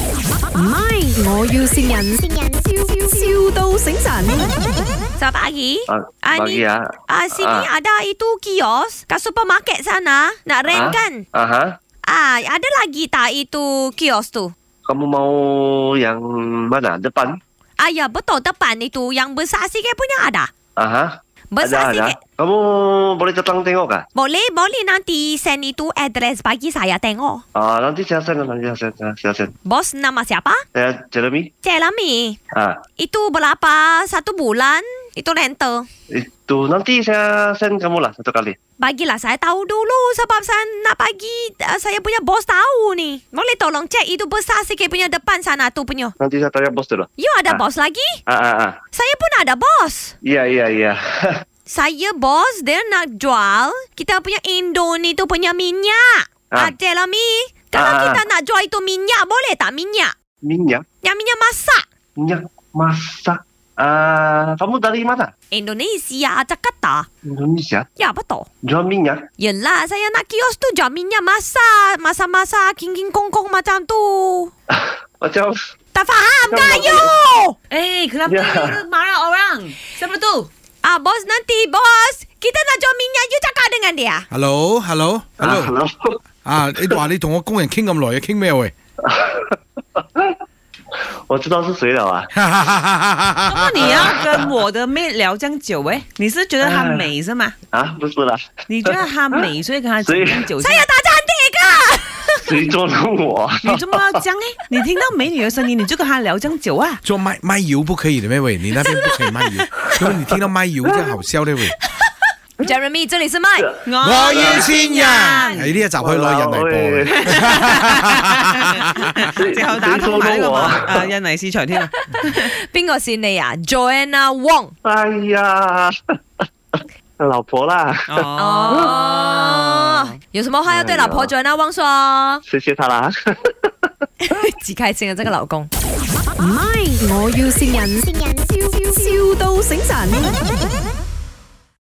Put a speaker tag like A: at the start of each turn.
A: 唔係，我要善人，笑笑到醒神。
B: Sahabat Ari
C: Ah,
B: ah, ni,
C: bagi ah.
B: ah, Sini
C: Ah.
B: ada itu kios Kat supermarket sana Nak rent
C: Ah.
B: kan
C: Aha.
B: ah, Ada lagi tak itu kios tu
C: Kamu mau yang mana? Depan?
B: Ah ya betul depan itu Yang besar sikit punya ada
C: Aha.
B: Besar
C: ada, ada.
B: sikit
C: Kamu boleh datang tengok ah. kah?
B: Boleh boleh nanti send itu address bagi saya tengok
C: Ah, nanti saya send, nanti saya send, ah, saya send.
B: Bos nama siapa?
C: Saya Jeremy.
B: Cik Lami
C: Ah,
B: Itu berapa satu bulan Itu rental
C: itu nanti saya send kamu lah satu kali.
B: Bagilah saya tahu dulu sebab saya nak bagi uh, saya punya bos tahu ni. Boleh tolong cek itu besar sikit punya depan sana tu punya.
C: Nanti saya tanya bos dulu.
B: You ada
C: Ah.
B: bos lagi?
C: Ah, ah, ah.
B: Saya pun ada bos.
C: Iya, iya, iya.
B: Saya bos dia nak jual kita punya Indo ni tu punya minyak.
C: Ah.
B: Ada lah mi. Kalau
C: Ah, ah,
B: kita nak jual itu minyak boleh tak minyak?
C: minyak,
B: Yang minyak masak.
C: minyak masak. Ah, kamu dari mana?
B: Indonesia, Jakarta.
C: Indonesia.
B: Ya betul.
C: Jual minyak.
B: Yelah, saya nak kios tu jual minyak masak. Masak-masak, king-king kong-kong macam tu.
C: Macam
B: Tak faham
C: Macam
B: tak
C: mana
B: you?
D: Eh, kenapa
C: Ya.
D: you marah orang? Siapa tu?
B: Ah, bos nanti, bos. Kita nak jual minyak, you cakap dengan dia.
E: Hello，Hello，Hello
C: Ah, hello.
E: 啊！你話你同我工人傾咁耐，傾咩喂？
C: 我知道是谁了啊。
D: 怎么啊你要跟我的妹聊这样久？哎，你是觉得她美是吗？
C: 啊，不是啦，
D: 你觉得她美，啊所以跟她讲这么久？
B: Saya tak cantik ke?
C: Ah. 谁捉弄我？
D: 你这么讲 哎？你听到美女的声音，你就跟她聊这样久啊？
E: 做卖卖油不可以的咩喂？你那边不可以卖 油，因为你听到卖油就好笑咧喂。
B: Jeremy，这里是
C: Ya.
B: 麦。
D: 我
E: 啊我要先人，喺呢一集可以攞人嚟播嘅。
D: 最后打通埋呢個馬啊印尼市場添啊！
B: 边个是你啊？Joanna Wong。
C: 哎呀，老婆啦，
D: 哦
B: 哦，有什么话要对老婆
C: 哎呦
B: Joanna Wong 说？
C: 谢谢他啦。
B: 几开心啊，这个老公。
A: 唔係，我要善人，笑笑到醒神。